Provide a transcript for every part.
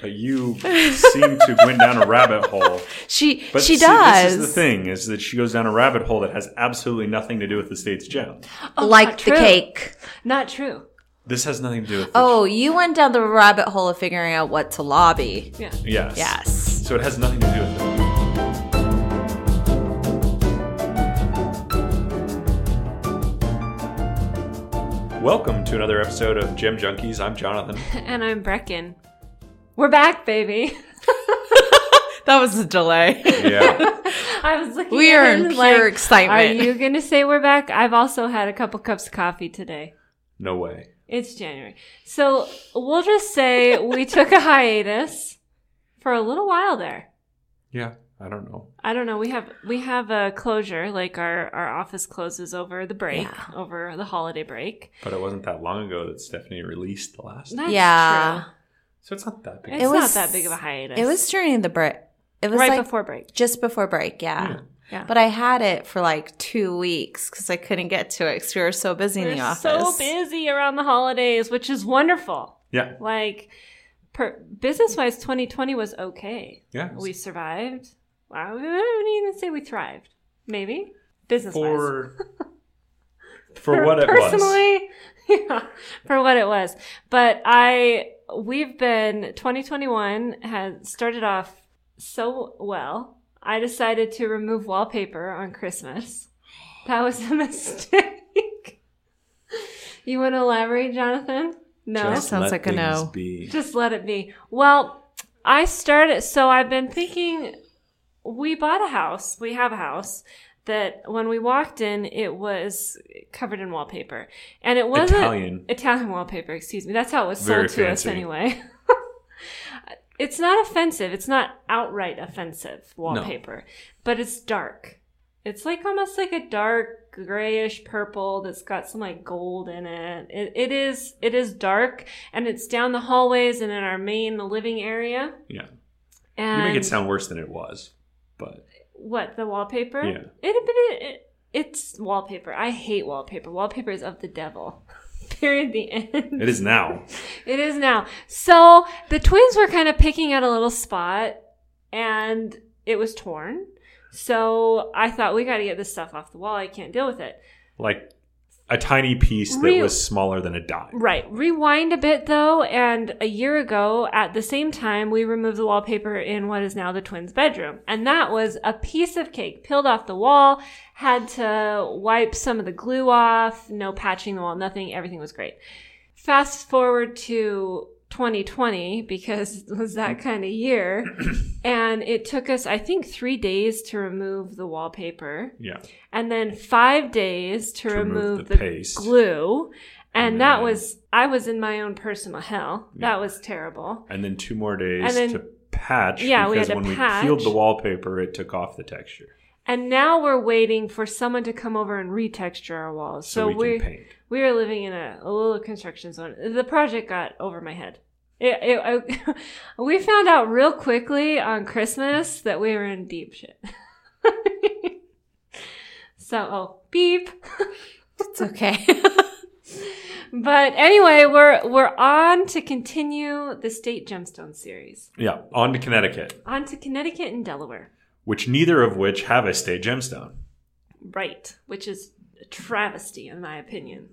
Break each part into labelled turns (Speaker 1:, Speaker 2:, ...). Speaker 1: But you seem to went down a rabbit hole.
Speaker 2: She
Speaker 1: But
Speaker 2: she
Speaker 1: see,
Speaker 2: does.
Speaker 1: This is the thing: is that she goes down a rabbit hole that has absolutely nothing to do with the state's gem.
Speaker 2: Oh,
Speaker 3: like
Speaker 2: not
Speaker 3: the
Speaker 2: true.
Speaker 3: cake.
Speaker 2: Not true.
Speaker 1: This has nothing to do with.
Speaker 3: Oh, you went down the rabbit hole of figuring out what to lobby.
Speaker 2: Yeah.
Speaker 1: The, yes.
Speaker 3: Yes.
Speaker 1: So it has nothing to do with. It. Welcome to another episode of Gem Junkies. I'm Jonathan.
Speaker 2: And I'm Brecken. We're back, baby.
Speaker 3: That was a delay.
Speaker 1: Yeah.
Speaker 2: I was looking.
Speaker 3: We
Speaker 2: at
Speaker 3: are
Speaker 2: him
Speaker 3: in pure
Speaker 2: like,
Speaker 3: excitement.
Speaker 2: Are you gonna say we're back? I've also had a couple cups of coffee today.
Speaker 1: No way.
Speaker 2: It's January, so we'll just say we took a hiatus for a little while there.
Speaker 1: Yeah. I don't know.
Speaker 2: I don't know. We have we have a closure, like our our office closes over the break,
Speaker 3: Yeah.
Speaker 2: over the holiday break.
Speaker 1: But it wasn't that long ago that Stephanie released the last.
Speaker 2: That's
Speaker 3: Yeah.
Speaker 1: So it's not that big.
Speaker 2: true.
Speaker 1: a
Speaker 2: It's
Speaker 3: It was-
Speaker 2: not that big of a hiatus.
Speaker 3: It was during the break. It was
Speaker 2: right
Speaker 3: like
Speaker 2: before break.
Speaker 3: just before break. Yeah.
Speaker 1: Yeah.
Speaker 2: Yeah.
Speaker 3: But I had it for like two weeks because I couldn't get to it because we were so busy in the
Speaker 2: We're
Speaker 3: office.
Speaker 2: so busy around the holidays, which is wonderful.
Speaker 1: Yeah.
Speaker 2: Like, per, business-wise, 2020 was okay.
Speaker 1: Yeah.
Speaker 2: We survived. I wouldn't even say we thrived. Maybe business-wise.
Speaker 1: for for what it was.
Speaker 2: personally, yeah, for what it was. But I, we've been 2021 has started off so well. I decided to remove wallpaper on Christmas. That was a mistake. you want to elaborate, Jonathan? No,
Speaker 1: Just
Speaker 3: Sounds
Speaker 1: let
Speaker 3: like a
Speaker 1: things
Speaker 3: no.
Speaker 1: Be.
Speaker 2: just let it be. Well, I started, so I've been thinking we bought a house, we have a house that when we walked in, it was covered in wallpaper. And it wasn't
Speaker 1: Italian.
Speaker 2: Italian wallpaper, excuse me. That's how it was sold
Speaker 1: Very
Speaker 2: to us
Speaker 1: fancy.
Speaker 2: anyway. it's not offensive, it's not outright offensive wallpaper, but it's dark. It's like almost like a dark grayish purple that's got some like gold in it. it. It is it is dark and it's down the hallways and in our main living area.
Speaker 1: Yeah. You
Speaker 2: And
Speaker 1: make it sound worse than it was. But
Speaker 2: what the wallpaper?
Speaker 1: Yeah.
Speaker 2: It, but it, it it's wallpaper. I hate wallpaper. Wallpaper is of the devil. Period. The end.
Speaker 1: it is now.
Speaker 2: It is now. So the twins were kind of picking at a little spot and it was torn. So I thought we got to get this stuff off the wall. I can't deal with it.
Speaker 1: Like a tiny piece that
Speaker 2: Real-
Speaker 1: was smaller than a dime.
Speaker 2: Right. Rewind a bit though, and a year ago at the same time, we removed the wallpaper in what is now the twins' bedroom. And that was a piece of cake peeled off the wall, had to wipe some of the glue off, no patching the wall, nothing, everything was great. Fast forward to 2020 because it was that kind of year. and it took us, I think, three days to remove the wallpaper
Speaker 1: Yeah.
Speaker 2: and then five days to, remove, the,
Speaker 1: paste.
Speaker 2: glue. And
Speaker 1: And
Speaker 2: that
Speaker 1: then-
Speaker 2: was, I was in my own personal hell.
Speaker 1: Yeah.
Speaker 2: That was terrible.
Speaker 1: And then two more days
Speaker 2: And then-
Speaker 1: to patch
Speaker 2: Yeah, we
Speaker 1: because
Speaker 2: had to
Speaker 1: when
Speaker 2: patch.
Speaker 1: we peeled the wallpaper it took off the texture.
Speaker 2: And now we're waiting for someone to come over and retexture our walls.
Speaker 1: So,
Speaker 2: So,
Speaker 1: we
Speaker 2: we
Speaker 1: can paint.
Speaker 2: we are living in a, a little construction zone. The project got over my head. It, it, I, we found out real quickly on Christmas that we were in deep shit. so, oh, beep.
Speaker 3: It's okay.
Speaker 2: But anyway, we're we're on to continue the state gemstone series.
Speaker 1: Yeah. On to Connecticut,
Speaker 2: On to Connecticut and Delaware.
Speaker 1: which neither of which have a state gemstone
Speaker 2: Right, which is a travesty in my opinion.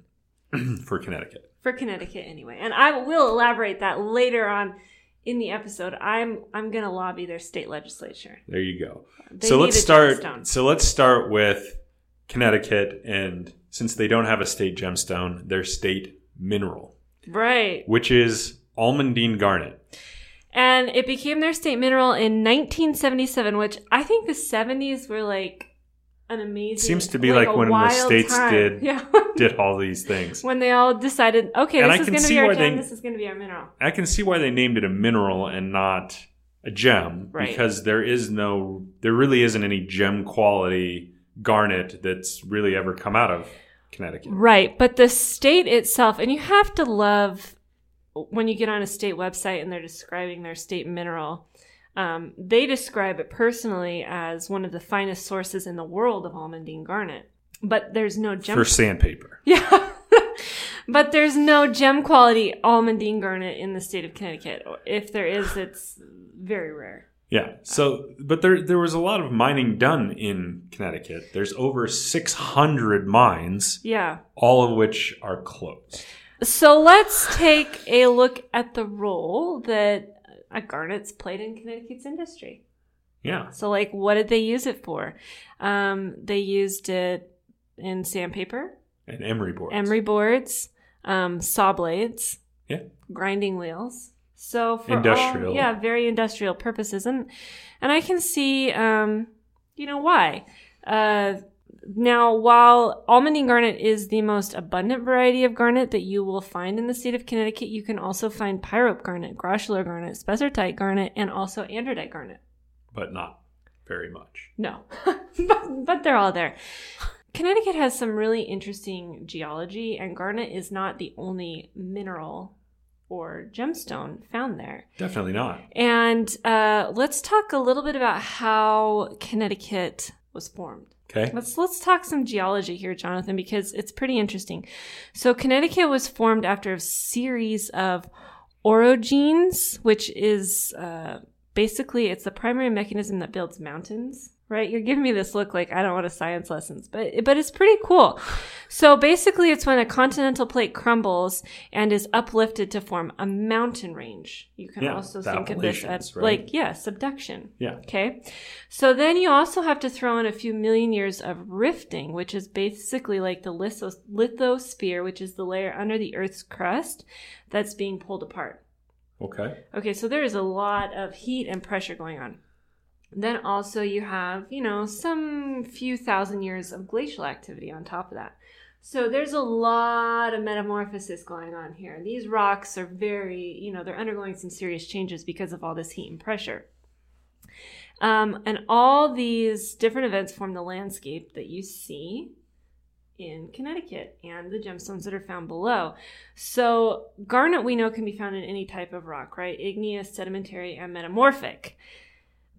Speaker 1: for Connecticut.
Speaker 2: For Connecticut anyway. And I will elaborate that later on in the episode. I'm I'm gonna lobby their state legislature.
Speaker 1: There you go.
Speaker 2: They
Speaker 1: so
Speaker 2: need
Speaker 1: let's
Speaker 2: a
Speaker 1: start.
Speaker 2: gemstone.
Speaker 1: So let's start with Connecticut, and since they don't have a state gemstone, their state mineral,
Speaker 2: Right.
Speaker 1: which is almandine garnet.
Speaker 2: And it became their state mineral in nineteen seventy seven, which I think the seventies were like an amazing
Speaker 1: Seems to be like
Speaker 2: a
Speaker 1: when the
Speaker 2: wild
Speaker 1: states
Speaker 2: time.
Speaker 1: did-
Speaker 2: Yeah.
Speaker 1: Did all these things.
Speaker 2: when they all decided, okay,
Speaker 1: And I
Speaker 2: this is
Speaker 1: can
Speaker 2: going to
Speaker 1: see
Speaker 2: be our
Speaker 1: why
Speaker 2: gem,
Speaker 1: they-
Speaker 2: this is going to be our mineral.
Speaker 1: I can see why they named it a mineral and not a gem
Speaker 2: Right.
Speaker 1: because there is no, there really isn't any gem quality garnet that's really ever come out of Connecticut.
Speaker 2: Right, but the state itself, and you have to love when you get on a state website and they're describing their state mineral. Um, they describe it personally as one of the finest sources in the world of almandine garnet, but there's no gem.
Speaker 1: For sandpaper.
Speaker 2: yeah, But there's no gem quality almondine garnet in the state of Connecticut. If there is, it's very rare.
Speaker 1: Yeah. So, but there there was a lot of mining done in Connecticut. There's over 600 mines,
Speaker 2: Yeah.
Speaker 1: all of which are closed.
Speaker 2: So let's take a look at the role that a garnet's played in Connecticut's industry.
Speaker 1: Yeah.
Speaker 2: So, like, what did they use it for? Um, they used it in sandpaper,
Speaker 1: And emery boards.
Speaker 2: emery boards, um, saw blades,
Speaker 1: Yeah.
Speaker 2: grinding wheels. So for all-
Speaker 1: Industrial.
Speaker 2: yeah, very industrial purposes, and and I can see, um, you know, why. Uh, now, while almondine garnet is the most abundant variety of garnet that you will find in the state of Connecticut, you can also find pyrope garnet, grossular garnet, spessartite garnet, and also andradite garnet.
Speaker 1: But not very much.
Speaker 2: No, but, but they're all there. Connecticut has some really interesting geology, and garnet is not the only mineral or gemstone found there.
Speaker 1: Definitely not.
Speaker 2: And uh, let's talk a little bit about how Connecticut was formed.
Speaker 1: Okay.
Speaker 2: Let's let's talk some geology here, Jonathan, because it's pretty interesting. So Connecticut was formed after a series of orogenes, which is uh, basically it's the primary mechanism that builds mountains. Right? You're giving me this look like I don't want to science lessons, but but it's pretty cool. So basically, it's when a continental plate crumbles and is uplifted to form a mountain range. You can
Speaker 1: Yeah,
Speaker 2: also
Speaker 1: the
Speaker 2: think of this as
Speaker 1: Appalachians, right?
Speaker 2: like yeah, subduction.
Speaker 1: Yeah.
Speaker 2: Okay. So then you also have to throw in a few million years of rifting, which is basically like the litho- lithosphere, which is the layer under the Earth's crust that's being pulled apart.
Speaker 1: Okay.
Speaker 2: Okay, so there is a lot of heat and pressure going on. Then also you have, you know, some few thousand years of glacial activity on top of that. So there's a lot of metamorphosis going on here. These rocks are very, you know, they're undergoing some serious changes because of all this heat and pressure. Um, and all these different events form the landscape that you see in Connecticut and the gemstones that are found below. So, garnet we know can be found in any type of rock, right? Igneous, sedimentary, and metamorphic.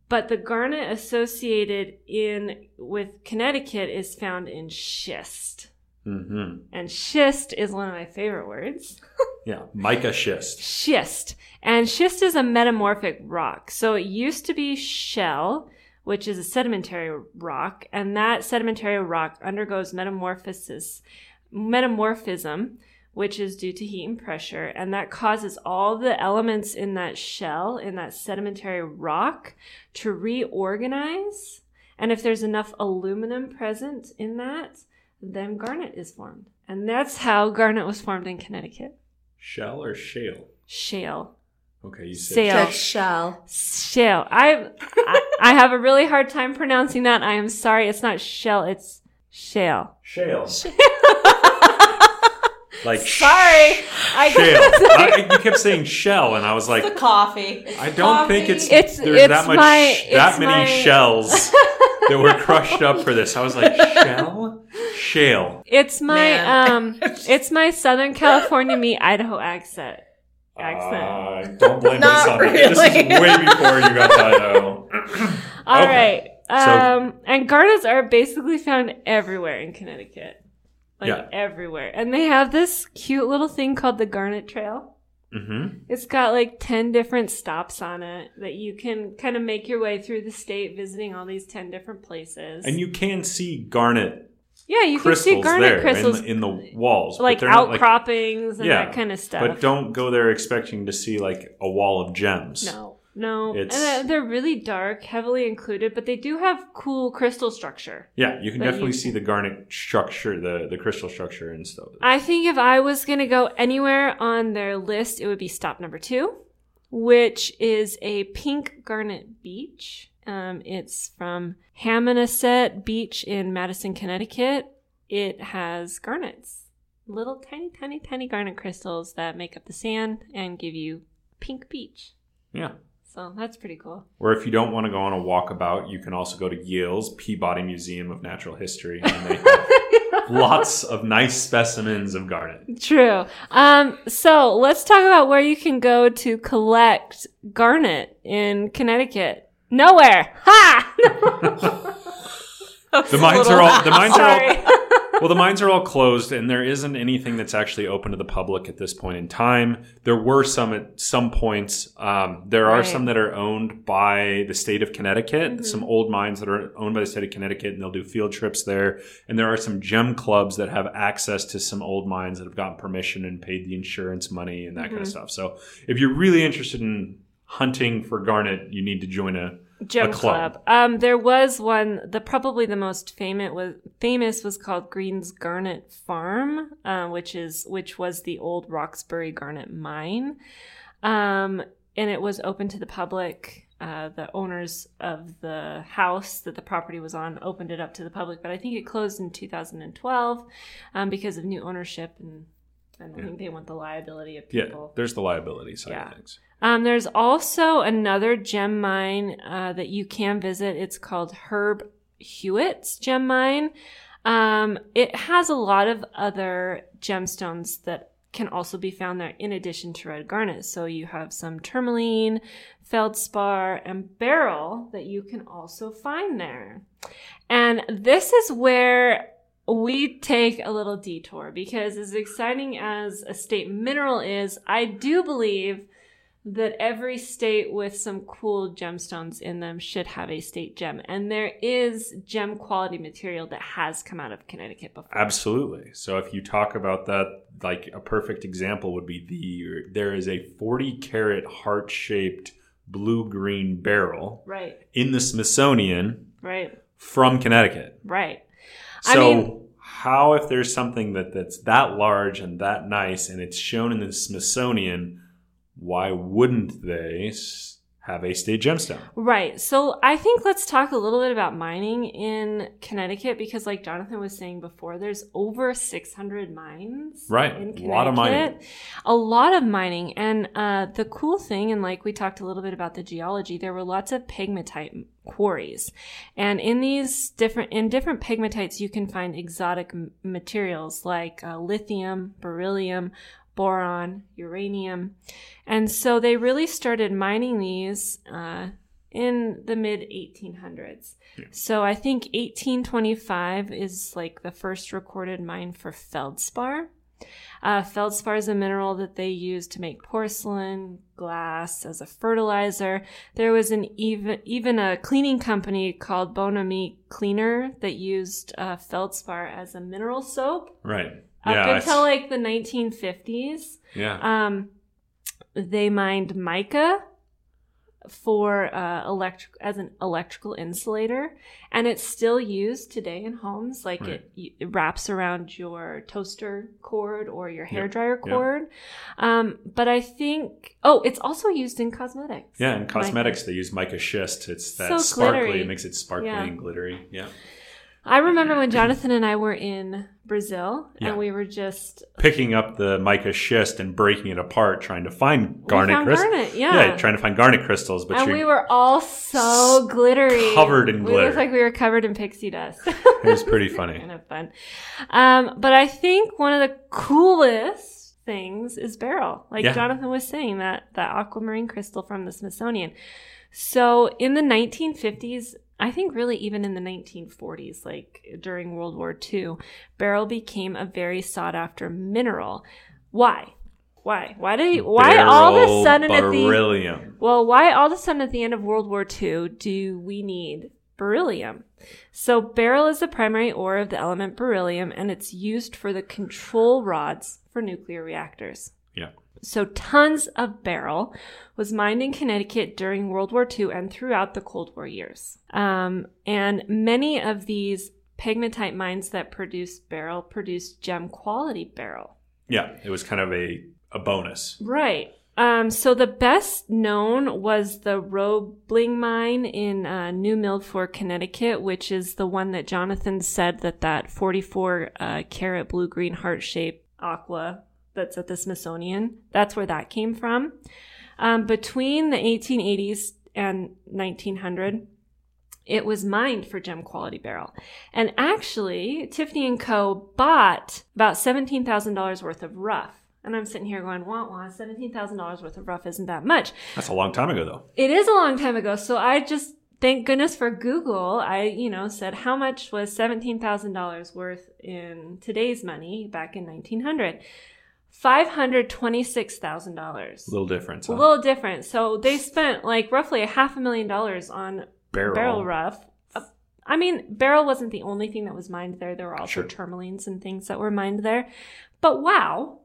Speaker 2: But the garnet associated in with Connecticut is found in schist.
Speaker 1: Mm-hmm.
Speaker 2: And schist is one of my favorite words
Speaker 1: Yeah. Mica schist.
Speaker 2: schist. And schist is a metamorphic rock. So it used to be shell, which is a sedimentary rock, and that sedimentary rock undergoes metamorphosis, metamorphism, which is due to heat and pressure, and that causes all the elements in that shell, in that sedimentary rock, to reorganize. And if there's enough aluminum present in that, then garnet is formed. And that's how garnet was formed in Connecticut.
Speaker 1: Shell or shale?
Speaker 2: Shale.
Speaker 1: Okay. You said
Speaker 2: Shale.
Speaker 3: Said shell.
Speaker 2: Shell. I, I I have a really hard time pronouncing that. I am sorry. It's not shell. It's shale.
Speaker 1: shale. like
Speaker 3: Sorry. I
Speaker 1: shale. I, you kept saying shell, and I was like,
Speaker 3: the coffee.
Speaker 1: I don't think it's,
Speaker 2: It's-
Speaker 1: there's
Speaker 2: it's
Speaker 1: that much
Speaker 2: my-
Speaker 1: sh- that
Speaker 2: it's
Speaker 1: many
Speaker 2: my-
Speaker 1: shells that were crushed up for this. I was like, shell, shale.
Speaker 2: It's my
Speaker 3: Man.
Speaker 2: um. It's my Southern California meet Idaho accent. Accent.
Speaker 1: Uh, don't blame
Speaker 3: Not
Speaker 1: this on me. This is way
Speaker 3: really.
Speaker 1: before you got to Idaho.
Speaker 2: All right.
Speaker 1: okay. So-
Speaker 2: Um. and garnets are basically found everywhere in Connecticut. Like
Speaker 1: Yeah.
Speaker 2: everywhere, and they have this cute little thing called the Garnet Trail.
Speaker 1: Mm-hmm.
Speaker 2: It's got like 10 different stops on it that you can kind of make your way through the state visiting all these 10 different places.
Speaker 1: And you can see garnet
Speaker 2: yeah, you can
Speaker 1: crystals
Speaker 2: see garnet
Speaker 1: there
Speaker 2: crystals
Speaker 1: in, in the walls, but
Speaker 2: like
Speaker 1: they're not,
Speaker 2: outcroppings and
Speaker 1: Yeah,
Speaker 2: that kind of stuff.
Speaker 1: But don't go there expecting to see like a wall of gems.
Speaker 2: no. No. And
Speaker 1: It's-
Speaker 2: uh, they're really dark, heavily included, but they do have cool crystal structure.
Speaker 1: Yeah, you can
Speaker 2: But
Speaker 1: definitely
Speaker 2: you-
Speaker 1: see the garnet structure, the, the crystal structure and stuff.
Speaker 2: I think if I was going to go anywhere on their list, it would be stop number two, which is a pink garnet beach. Um, it's from Hammonasset Beach in Madison, Connecticut. It has garnets, little tiny, tiny, tiny garnet crystals that make up the sand and give you pink beach.
Speaker 1: yeah.
Speaker 2: So that's pretty cool.
Speaker 1: Or if you don't want to go on a walkabout, you can also go to Yale's Peabody Museum of Natural History. And they have lots of nice specimens of garnet.
Speaker 2: True. Um, so let's talk about where you can go to collect garnet in Connecticut. Nowhere. Ha!
Speaker 1: The mines are all the mines are all
Speaker 2: Sorry.
Speaker 1: well, the mines are all closed, and there isn't anything that's actually open to the public at this point in time. There were some at some points. Um, there are
Speaker 3: Right.
Speaker 1: some that are owned by the state of Connecticut,
Speaker 2: Mm-hmm.
Speaker 1: some old mines that are owned by the state of Connecticut, and they'll do field trips there. And there are some gem clubs that have access to some old mines that have gotten permission and paid the insurance money and that kind of
Speaker 2: Mm-hmm.
Speaker 1: stuff. So if you're really interested in hunting for garnet, you need to join a
Speaker 2: Gem
Speaker 1: A
Speaker 2: club.
Speaker 1: club.
Speaker 2: Um, there was one. The probably the most famous was famous was called Green's Garnet Farm, uh, which is which was the old Roxbury Garnet Mine, um, and it was open to the public. Uh, the owners of the house that the property was on opened it up to the public, but I think it closed in 2012 um, because of new ownership, and I don't
Speaker 1: Yeah.
Speaker 2: think they want the liability of
Speaker 1: yeah.
Speaker 2: people.
Speaker 1: There's the liability side
Speaker 2: Yeah.
Speaker 1: of things.
Speaker 2: Um, there's also another gem mine uh, that you can visit. It's called Herb Hewitt's gem mine. Um, it has a lot of other gemstones that can also be found there in addition to red garnet. So you have some tourmaline, feldspar, and beryl that you can also find there. And this is where we take a little detour because, as exciting as a state mineral is, I do believe that every state with some cool gemstones in them should have a state gem. And there is gem quality material that has come out of Connecticut before.
Speaker 1: Absolutely. So if you talk about that, like a perfect example would be the there is a 40 carat heart shaped blue green barrel
Speaker 2: Right,
Speaker 1: in the Smithsonian
Speaker 2: right,
Speaker 1: from Connecticut.
Speaker 2: right. I
Speaker 1: So
Speaker 2: mean-
Speaker 1: how if there's something that that's that large and that nice and it's shown in the Smithsonian, why wouldn't they s- have a state gemstone?
Speaker 2: Right. So I think let's talk a little bit about mining in Connecticut because, like Jonathan was saying before, there's over 600 mines.
Speaker 1: Right.
Speaker 2: In
Speaker 1: A lot of mining.
Speaker 2: Connecticut. A lot of mining. And uh, the cool thing, and like we talked a little bit about the geology, there were lots of pegmatite quarries. And in these different, in different pegmatites, you can find exotic m- materials like uh, lithium, beryllium, boron, uranium. And so they really started mining these uh, in the mid 1800s. So I think 1825 is like the first recorded mine for feldspar. Uh, feldspar is a mineral that they use to make porcelain, glass, as a fertilizer. There was an even even a cleaning company called Bonami Cleaner that used uh, feldspar as a mineral soap
Speaker 1: Right.
Speaker 2: up
Speaker 1: it's-
Speaker 2: until like the 1950s.
Speaker 1: yeah.
Speaker 2: Um, they mined mica for uh, electric as an electrical insulator, and it's still used today in homes. Like
Speaker 1: Right.
Speaker 2: it, y- it wraps around your toaster cord or your
Speaker 1: Yep,
Speaker 2: hairdryer
Speaker 1: yep.
Speaker 2: cord. Um, but I think oh, it's also used in cosmetics.
Speaker 1: yeah, in
Speaker 2: Mica.
Speaker 1: cosmetics they use mica schist. It's that
Speaker 2: So
Speaker 1: sparkly,
Speaker 2: glittery.
Speaker 1: it makes it sparkly
Speaker 2: Yeah.
Speaker 1: and glittery. Yeah.
Speaker 2: I remember when Jonathan and I were in Brazil,
Speaker 1: Yeah.
Speaker 2: and we were just
Speaker 1: picking up the mica schist and breaking it apart, trying to find
Speaker 2: we
Speaker 1: garnet
Speaker 2: found
Speaker 1: crystals.
Speaker 2: garnet,
Speaker 1: Yeah. trying to find garnet crystals, but
Speaker 2: and
Speaker 1: you're,
Speaker 2: we were all so glittery,
Speaker 1: covered in
Speaker 2: we
Speaker 1: glitter.
Speaker 2: looked like we were covered in pixie dust.
Speaker 1: it was pretty
Speaker 2: kind
Speaker 1: funny.
Speaker 2: of fun. Um, but I think one of the coolest things is barrel. Like
Speaker 1: Yeah.
Speaker 2: Jonathan was saying, that that aquamarine crystal from the Smithsonian. So in the 1950s, I think really even in the 1940s, like during World War II, barrel became a very sought after mineral. Why? Why? Why did? Why all of a
Speaker 1: Beryl
Speaker 2: sudden at the
Speaker 1: beryllium?
Speaker 2: well, why all of a sudden at the end of World War II do we need beryllium? So, beryl is the primary ore of the element beryllium, and it's used for the control rods for nuclear reactors.
Speaker 1: Yeah.
Speaker 2: So, tons of beryl was mined in Connecticut during World War II and throughout the Cold War years. Um, and many of these pegmatite mines that produced beryl produced gem quality beryl.
Speaker 1: Yeah, it was kind of a, a bonus.
Speaker 2: Right. Um, so the best known was the Roebling Mine in uh, New Milford, Connecticut, which is the one that Jonathan said that that 44 uh, carat blue green heart shaped aqua that's at the Smithsonian. That's where that came from. Um, between the 1880s and 1900, it was mined for gem quality barrel. And actually, Tiffany and Co. bought about seventeen thousand dollars worth of rough. And I'm sitting here going, wah wah, seventeen thousand dollars worth of rough isn't that much.
Speaker 1: That's a long time ago, though.
Speaker 2: It is a long time ago, so I just thank goodness for Google, I, you know, said how much was $17,000 worth in today's money back in 1900? $526,000.
Speaker 1: Little difference.
Speaker 2: A
Speaker 1: huh?
Speaker 2: little different. So they spent like roughly a half a million dollars on
Speaker 1: barrel.
Speaker 2: barrel rough. Uh, I mean, barrel wasn't the only thing that was mined there. There were also
Speaker 1: Sure.
Speaker 2: tourmalines and things that were mined there. But wow.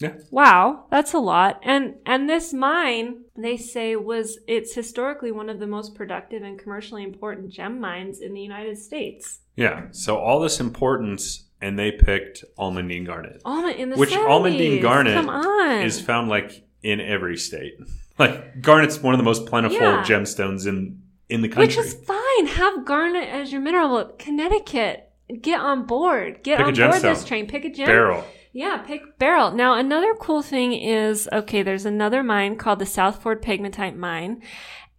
Speaker 1: Yeah.
Speaker 2: Wow, that's a lot. And and this mine, they say was it's historically one of the most productive and commercially important gem mines in the United States.
Speaker 1: Yeah. So all this importance, and they picked almandine garnet,
Speaker 2: Almond in the
Speaker 1: Which
Speaker 2: 70s.
Speaker 1: almandine garnet
Speaker 2: Come on.
Speaker 1: is found like in every state. Like garnet's one of the most plentiful
Speaker 2: Yeah.
Speaker 1: gemstones in in the country.
Speaker 2: Which is fine. Have garnet as your mineral. Connecticut, get on board. Get
Speaker 1: Pick a
Speaker 2: on
Speaker 1: gem
Speaker 2: board this
Speaker 1: stone.
Speaker 2: train. Pick a gem.
Speaker 1: barrel.
Speaker 2: Yeah, pick barrel. Now, another cool thing is okay, there's another mine called the South Ford Pegmatite Mine,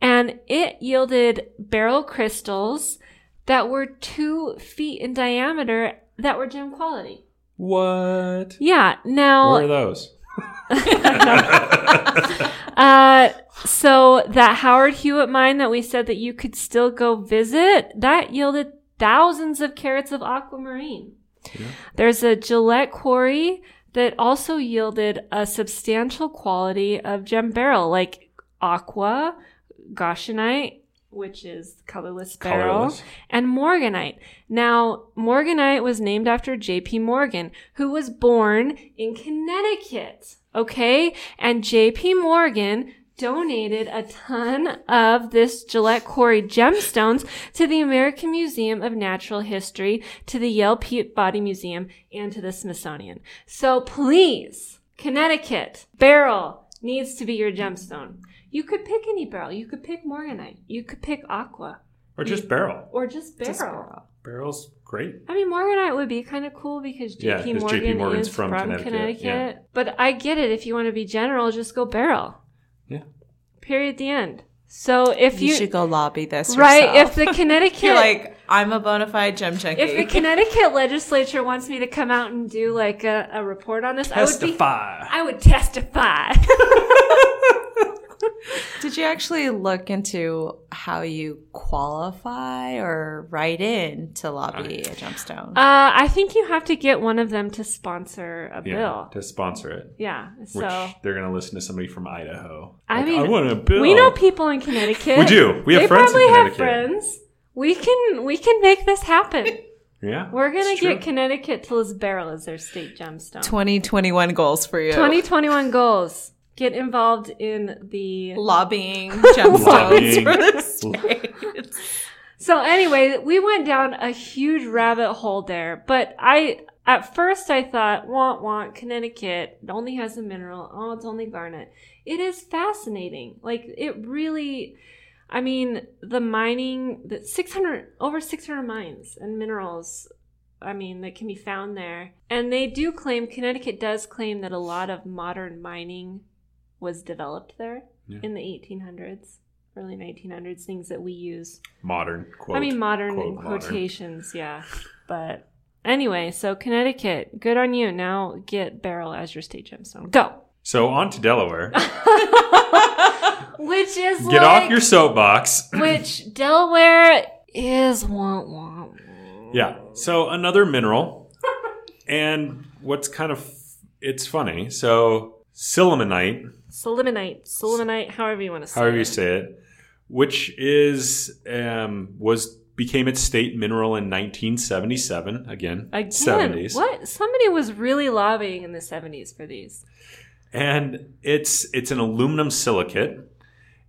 Speaker 2: and it yielded barrel crystals that were two feet in diameter that were gem quality.
Speaker 1: What?
Speaker 2: Yeah,
Speaker 1: What are
Speaker 2: now,
Speaker 1: those?
Speaker 2: uh, so that Howard Hewitt mine that we said that you could still go visit, that yielded thousands of carats of aquamarine.
Speaker 1: Yeah.
Speaker 2: There's a Gillette quarry that also yielded a substantial quality of gem barrel, like aqua, goshenite, which is colorless barrel,
Speaker 1: Colorless.
Speaker 2: and morganite. Now, morganite was named after J.P. Morgan, who was born in Connecticut. Okay? And J.P. Morgan donated a ton of this Gillette Quarry gemstones to the American Museum of Natural History, to the Yale Peabody Museum, and to the Smithsonian. So please, Connecticut, barrel needs to be your gemstone. You could pick any barrel. You could pick Morganite. You could pick Aqua
Speaker 1: Or just barrel.
Speaker 2: or just barrel.
Speaker 3: Just barrel.
Speaker 1: Barrel's great.
Speaker 2: I mean, Morganite would be kind of cool because
Speaker 1: Yeah,
Speaker 2: JP
Speaker 1: 'cause
Speaker 2: Morgan
Speaker 1: JP Morgan's
Speaker 2: is from,
Speaker 1: from
Speaker 2: Connecticut.
Speaker 1: Connecticut, yeah.
Speaker 2: But I get it. If you want to be general, just go barrel.
Speaker 1: Yeah.
Speaker 2: Period. The end. So if
Speaker 3: You,
Speaker 2: you,
Speaker 3: should go lobby this
Speaker 2: right, if
Speaker 3: yourself.
Speaker 2: the Connecticut,
Speaker 3: you're like, I'm a bona fide gem junkie.
Speaker 2: if the Connecticut legislature wants me to come out and do like a, a report on this,
Speaker 1: Testify.
Speaker 2: I would be, I would testify.
Speaker 3: Did you actually look into how you qualify or write in to lobby a gemstone?
Speaker 2: uh, I think you have to get one of them to sponsor a
Speaker 1: Yeah,
Speaker 2: bill.
Speaker 1: to sponsor it.
Speaker 2: Yeah.
Speaker 1: Which
Speaker 2: So
Speaker 1: they're going to listen to somebody from Idaho.
Speaker 2: I
Speaker 1: Like,
Speaker 2: mean,
Speaker 1: I want a bill.
Speaker 2: we know people in Connecticut.
Speaker 1: We do. We have
Speaker 2: they
Speaker 1: friends in
Speaker 2: probably have
Speaker 1: Connecticut.
Speaker 2: friends. We can we can make this happen.
Speaker 1: Yeah.
Speaker 2: We're gonna
Speaker 1: it's true.
Speaker 2: get Connecticut to this barrel as their state gemstone.
Speaker 3: 2021 goals for you.
Speaker 2: 2021 goals. Get involved in the.
Speaker 3: lobbying
Speaker 1: Lobbying.
Speaker 3: gemstones for the state.
Speaker 2: So anyway, we went down a huge rabbit hole there, but I at first I thought, want want Connecticut it only has a mineral. Oh, it's only garnet. It is fascinating. Like it really. I mean, the mining, the 600 over 600 mines and minerals I mean, that can be found there. And they do claim, Connecticut does claim that a lot of modern mining was developed there
Speaker 1: Yeah.
Speaker 2: in the 1800s, early 1900s, things that we use.
Speaker 1: Modern quote.
Speaker 2: I mean, modern
Speaker 1: Quote,
Speaker 2: in
Speaker 1: modern.
Speaker 2: quotations, yeah. But anyway, so Connecticut, good on you. Now get barrel as your state gemstone. Go.
Speaker 1: So on to Delaware.
Speaker 2: Which is
Speaker 1: Get off your soapbox.
Speaker 2: which Delaware is want want.
Speaker 1: Yeah. So another mineral, and what's kind of it's funny. So silimonite,
Speaker 2: Selimonite, selimonite, however you want to say.
Speaker 1: however
Speaker 2: it.
Speaker 1: you say it, which is um, was became its state mineral in 1977. Again,
Speaker 2: Again,
Speaker 1: 70s.
Speaker 2: What? Somebody was really lobbying in the 70s for these.
Speaker 1: and it's it's an aluminum silicate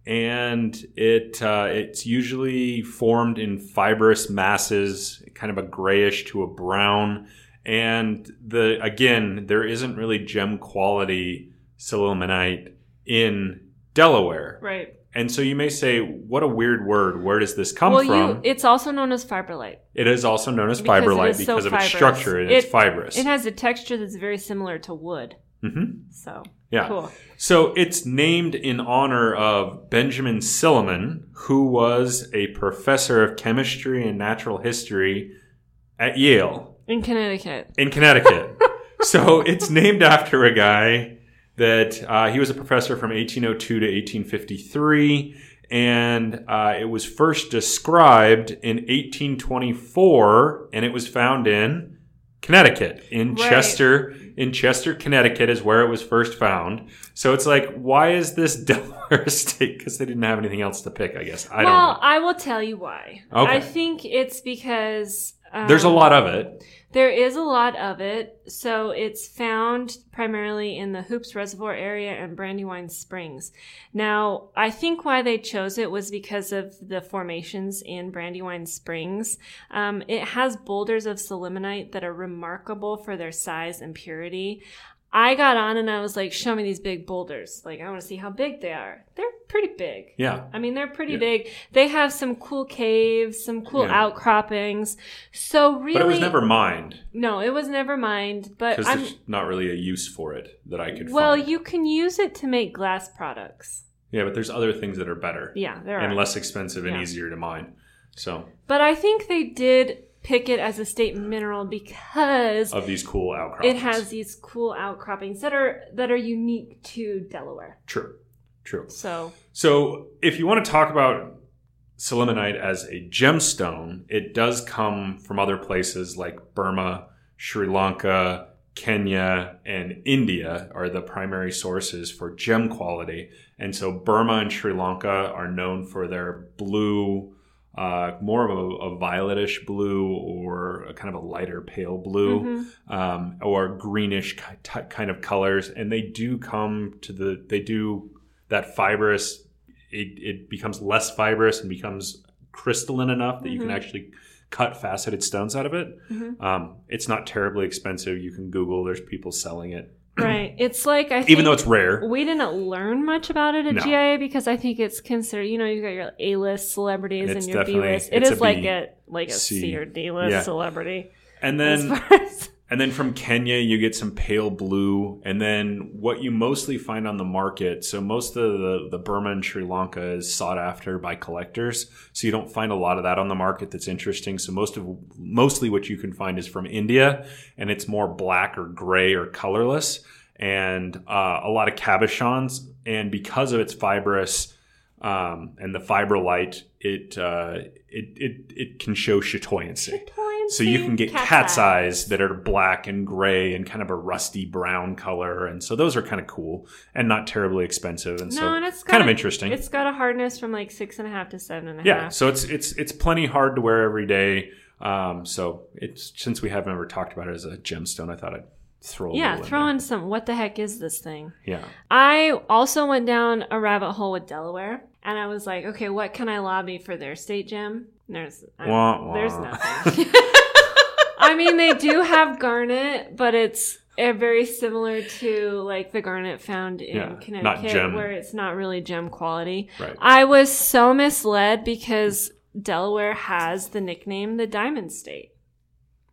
Speaker 1: and it uh, it's usually formed in fibrous masses kind of a grayish to a brown and the again there isn't really gem quality silimonite in Delaware
Speaker 2: Right.
Speaker 1: and so you may say what a weird word where does this come
Speaker 2: well,
Speaker 1: from
Speaker 2: you it's also known as fibrolite.
Speaker 1: it is also known as
Speaker 2: Because it
Speaker 1: fibrolite
Speaker 2: is so
Speaker 1: because of its
Speaker 2: fibrous.
Speaker 1: structure and it's
Speaker 2: It-
Speaker 1: fibrous
Speaker 2: It has a texture that's very similar to wood.
Speaker 1: hmm
Speaker 2: So,
Speaker 1: yeah
Speaker 2: cool.
Speaker 1: So it's named in honor of Benjamin Silliman, who was a professor of chemistry and natural history at Yale
Speaker 2: In Connecticut.
Speaker 1: in Connecticut. so it's named after oh a guy that uh, he was a professor from 1802 to 1853, and uh, it was first described in 1824, and it was found in Connecticut, in
Speaker 2: Right.
Speaker 1: Chester, in Chester, Connecticut, is where it was first found. So it's like, why is this Delaware State? Because they didn't have anything else to pick, I guess. I
Speaker 2: well,
Speaker 1: don't
Speaker 2: I will tell you why.
Speaker 1: Okay.
Speaker 2: I think it's because um,
Speaker 1: know. There's a lot of it.
Speaker 2: There is a lot of it. So it's found primarily in the Hoops Reservoir area and Brandywine Springs. Now, I think why they chose it was because of the formations in Brandywine Springs. Um, it has boulders of seliminite that are remarkable for their size and purity. I got on and I was like, show me these big boulders. Like, I want to see how big they are. They're pretty big.
Speaker 1: Yeah.
Speaker 2: I mean, they're pretty
Speaker 1: Yeah.
Speaker 2: big. They have some cool caves, some cool
Speaker 1: Yeah.
Speaker 2: outcroppings. So really,
Speaker 1: But it was never mined
Speaker 2: no, it was never mined. But
Speaker 1: because
Speaker 2: Uh, I'm
Speaker 1: there's not really a use for it that I could
Speaker 2: well,
Speaker 1: find.
Speaker 2: you can use it to make glass products.
Speaker 1: yeah, but there's other things that are better
Speaker 2: Yeah, there
Speaker 1: and
Speaker 2: are.
Speaker 1: less expensive and
Speaker 2: Yeah.
Speaker 1: easier to mine. So
Speaker 2: but I think they did pick it as a state mineral because
Speaker 1: of these cool outcrops,
Speaker 2: it has these cool outcroppings that are that are unique to Delaware.
Speaker 1: true, true.
Speaker 2: So
Speaker 1: So, if you want to talk about seliminite as a gemstone, it does come from other places like Burma, Sri Lanka, Kenya, and India are the primary sources for gem quality. And so, Burma and Sri Lanka are known for their blue. Uh, more of a, a violetish blue or a kind of a lighter pale blue
Speaker 2: mhm.
Speaker 1: um, or greenish ki- ti- kind of colors, and they do come to the they do that fibrous. It, it becomes less fibrous and becomes crystalline enough that you can
Speaker 2: Mhm.
Speaker 1: actually cut faceted stones out of it.
Speaker 2: Mhm.
Speaker 1: Um, it's not terribly expensive. You can Google. There's people selling it,
Speaker 2: right, it's like I
Speaker 1: even though
Speaker 2: think
Speaker 1: it's rare.
Speaker 2: we didn't learn much about it at
Speaker 1: No.
Speaker 2: GIA because I think it's considered. You know, you got your A list celebrities
Speaker 1: It's
Speaker 2: and your B
Speaker 1: definitely-
Speaker 2: list. It
Speaker 1: it's a
Speaker 2: is like
Speaker 1: B.
Speaker 2: a like a C,
Speaker 1: C.
Speaker 2: or D list
Speaker 1: Yeah.
Speaker 2: celebrity.
Speaker 1: And
Speaker 2: as
Speaker 1: then
Speaker 2: far as
Speaker 1: And then from Kenya, you get some pale blue. And then what you mostly find on the market, so most of the, the Burma and Sri Lanka is sought after by collectors. So you don't find a lot of that on the market that's interesting. So most of mostly what you can find is from India, and it's more black or gray or colorless, and uh, a lot of cabochons. And because of its fibrous um, and the fiber light, it, uh, it it it can show chatoyancy. So you can get cat's, eyes that are black and gray and kind of a rusty brown color, and so those are kind of cool and not terribly expensive, and
Speaker 2: No,
Speaker 1: so
Speaker 2: and it's
Speaker 1: kind of
Speaker 2: got a-
Speaker 1: interesting.
Speaker 2: It's got a hardness from like six and a half to seven and a half.
Speaker 1: yeah, so it's it's it's plenty hard to wear every day. Um, so it's since we haven't ever talked about it as a gemstone, I thought I'd throw a
Speaker 2: Yeah,
Speaker 1: little
Speaker 2: throw
Speaker 1: in
Speaker 2: in some. What the heck is this thing?
Speaker 1: there. yeah
Speaker 2: I also went down a rabbit hole with Delaware, and I was like, okay, what can I lobby for their state gem? There's, I-
Speaker 1: Wah, wah.
Speaker 2: there's nothing. I mean, they do have garnet, but it's uh, very similar to like the garnet found in
Speaker 1: Yeah, not
Speaker 2: Connecticut,
Speaker 1: gem.
Speaker 2: where it's not really gem quality.
Speaker 1: right.
Speaker 2: I was so misled because Delaware has the nickname the Diamond State.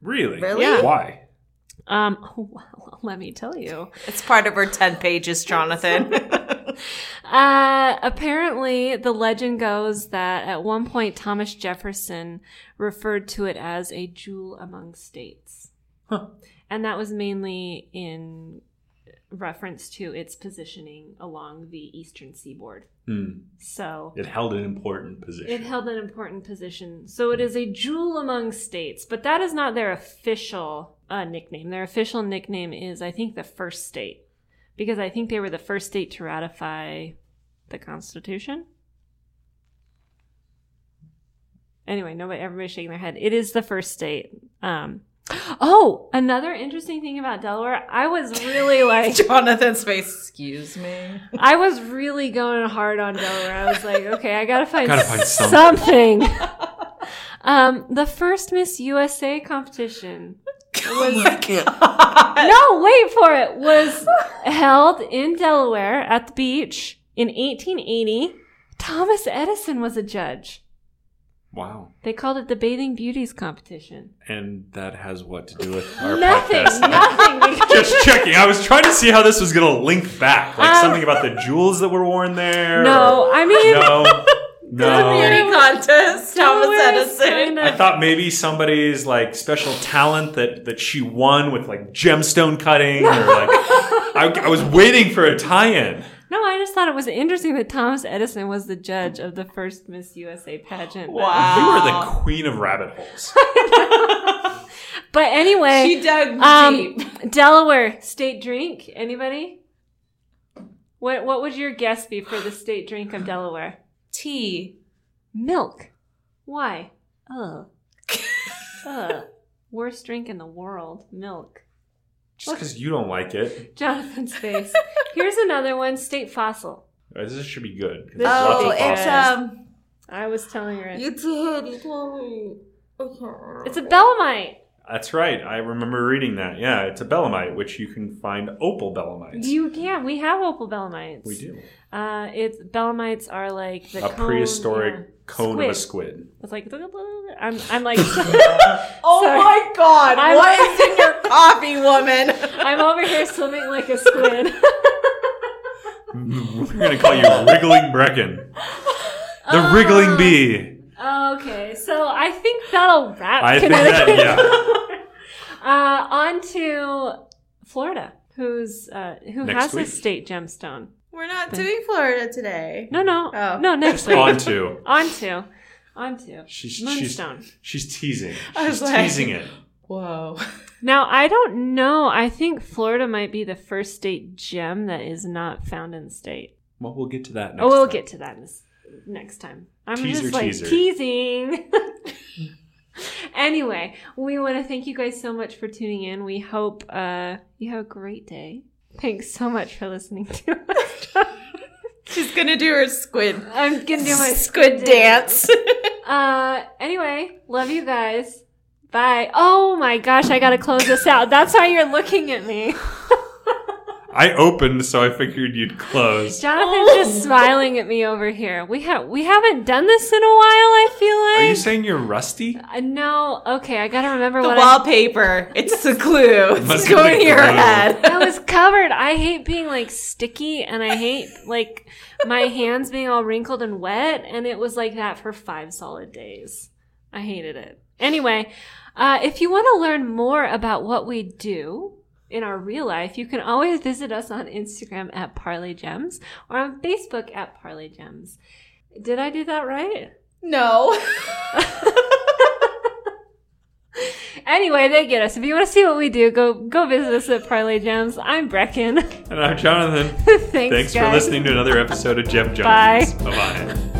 Speaker 1: Really?
Speaker 3: Really?
Speaker 2: Yeah.
Speaker 1: Why?
Speaker 2: Um, well, let me tell you.
Speaker 3: It's part of her 10 pages, Jonathan.
Speaker 2: Uh, apparently, the legend goes that at one point Thomas Jefferson referred to it as a jewel among states.
Speaker 1: Huh.
Speaker 2: And that was mainly in reference to its positioning along the eastern seaboard.
Speaker 1: Hmm.
Speaker 2: So
Speaker 1: It held an important position.
Speaker 2: it held an important position. So it is a jewel among states, but that is not their official uh, nickname. Their official nickname is, I think, the first state, because I think they were the first state to ratify the Constitution. Anyway, nobody, everybody's shaking their head. It is the first state. Um, oh, another interesting thing about Delaware, I was really like,
Speaker 3: Jonathan's face, excuse me.
Speaker 2: I was really going hard on Delaware. I was like, okay, I gotta find,
Speaker 1: Gotta find
Speaker 2: something. um, the first Miss USA competition.
Speaker 3: Oh
Speaker 2: No, wait for it. Was held in Delaware at the beach in 1880. Thomas Edison was a judge.
Speaker 1: Wow.
Speaker 2: They called it the Bathing Beauties competition.
Speaker 1: And that has what to do with our
Speaker 2: nothing,
Speaker 1: podcast.
Speaker 2: nothing.
Speaker 1: Just checking. I was trying to see how this was going to link back, like
Speaker 2: Um,
Speaker 1: something about the jewels that were worn there.
Speaker 2: no, I
Speaker 1: or-
Speaker 2: mean,
Speaker 1: no, no.
Speaker 2: Delaware-
Speaker 3: Beauty contest, Thomas
Speaker 2: Delaware is
Speaker 3: Edison.
Speaker 2: kinda-
Speaker 1: I thought maybe somebody's like special talent that that she won with like gemstone cutting or like. I, I was waiting for a tie-in.
Speaker 2: No, I just thought it was interesting that Thomas Edison was the judge of the first Miss USA pageant. but-
Speaker 3: Wow.
Speaker 1: You are the queen of rabbit holes.
Speaker 2: But anyway,
Speaker 3: She dug
Speaker 2: um,
Speaker 3: deep.
Speaker 2: Delaware state drink. Anybody? What What would your guess be for the state drink of Delaware?
Speaker 3: Tea.
Speaker 2: Milk. Why? Ugh. Ugh. Worst drink in the world. Milk.
Speaker 1: Just because you don't like it,
Speaker 2: Jonathan's face. Here's another one. State fossil.
Speaker 1: Uh, this should be good. 'cause
Speaker 2: This
Speaker 1: there's lots
Speaker 3: Oh,
Speaker 1: of
Speaker 2: should be
Speaker 3: it's
Speaker 1: fossils.
Speaker 2: good.
Speaker 3: um.
Speaker 2: I was telling her. it.
Speaker 3: It's a. You told me. I can't remember.
Speaker 2: It's a Belemite.
Speaker 1: That's right. I remember reading that. Yeah, it's a belemite, which you can find opal belemites.
Speaker 2: You can. We have opal Belemites.
Speaker 1: we do.
Speaker 2: Uh, it's Belemites are like the
Speaker 1: a
Speaker 2: cone,
Speaker 1: prehistoric
Speaker 2: yeah.
Speaker 1: cone of a
Speaker 2: Squid.
Speaker 1: squid.
Speaker 2: It's like I'm I'm like
Speaker 3: oh
Speaker 2: Sorry.
Speaker 3: my god!
Speaker 2: I'm-
Speaker 3: what is in your coffee, woman?
Speaker 2: I'm over here swimming like a squid.
Speaker 1: We're gonna call you Wriggling Brecken, the
Speaker 2: Ah.
Speaker 1: Wriggling Bee.
Speaker 2: Okay, so I think that'll wrap
Speaker 1: I think
Speaker 2: Connecticut.
Speaker 1: that yeah.
Speaker 2: Uh, on to Florida, who's uh, who
Speaker 1: Next
Speaker 2: has
Speaker 1: week.
Speaker 2: a state gemstone.
Speaker 3: We're not doing Florida today.
Speaker 2: No, no,
Speaker 3: Oh.
Speaker 2: no. Next
Speaker 1: It's
Speaker 2: week.
Speaker 1: on to.
Speaker 2: on to, on to
Speaker 1: She's she's
Speaker 2: moonstone.
Speaker 1: she's teasing.
Speaker 3: I
Speaker 1: She's
Speaker 3: was like-
Speaker 1: teasing it.
Speaker 3: Whoa.
Speaker 2: Now I don't know. I think Florida might be the first state gem that is not found in the state.
Speaker 1: Well, we'll get to that. Next
Speaker 2: oh, we'll
Speaker 1: time.
Speaker 2: get to that this, next time. I'm
Speaker 1: Teaser,
Speaker 2: just like
Speaker 1: teaser.
Speaker 2: teasing. anyway, we want to thank you guys so much for tuning in. We hope uh, you have a great day. Thanks so much for listening to us.
Speaker 3: She's gonna do her squid
Speaker 2: I'm gonna do my
Speaker 3: squid dance.
Speaker 2: Uh, anyway, love you guys. Bye. Oh my gosh, I gotta close this out. That's why you're looking at me.
Speaker 1: I opened, so I figured you'd close.
Speaker 2: Jonathan's
Speaker 1: Oh.
Speaker 2: just smiling at me over here. We have we haven't done this in a while. I feel like.
Speaker 1: Are you saying you're rusty?
Speaker 2: Uh, no. Okay, I gotta remember
Speaker 3: the
Speaker 2: what
Speaker 3: wallpaper. It's the glue. It's
Speaker 1: Must be
Speaker 3: going
Speaker 1: the
Speaker 3: to your
Speaker 1: glue.
Speaker 2: I,
Speaker 3: head.
Speaker 2: I was covered. I hate being like sticky, and I hate like my hands being all wrinkled and wet. And it was like that for five solid days. I hated it. Anyway, uh, if you want to learn more about what we do. In our real life, you can always visit us on Instagram at Parlay Gems or on Facebook at Parlay Gems. Did I do that right?
Speaker 3: No.
Speaker 2: Anyway, they get us. If you want to see what we do, go go visit us at Parlay Gems. I'm Brecken.
Speaker 1: And I'm Jonathan.
Speaker 2: Thanks,
Speaker 1: Thanks for
Speaker 2: guys.
Speaker 1: listening to another episode of Jeff
Speaker 2: Bye.
Speaker 1: Jones. Bye bye.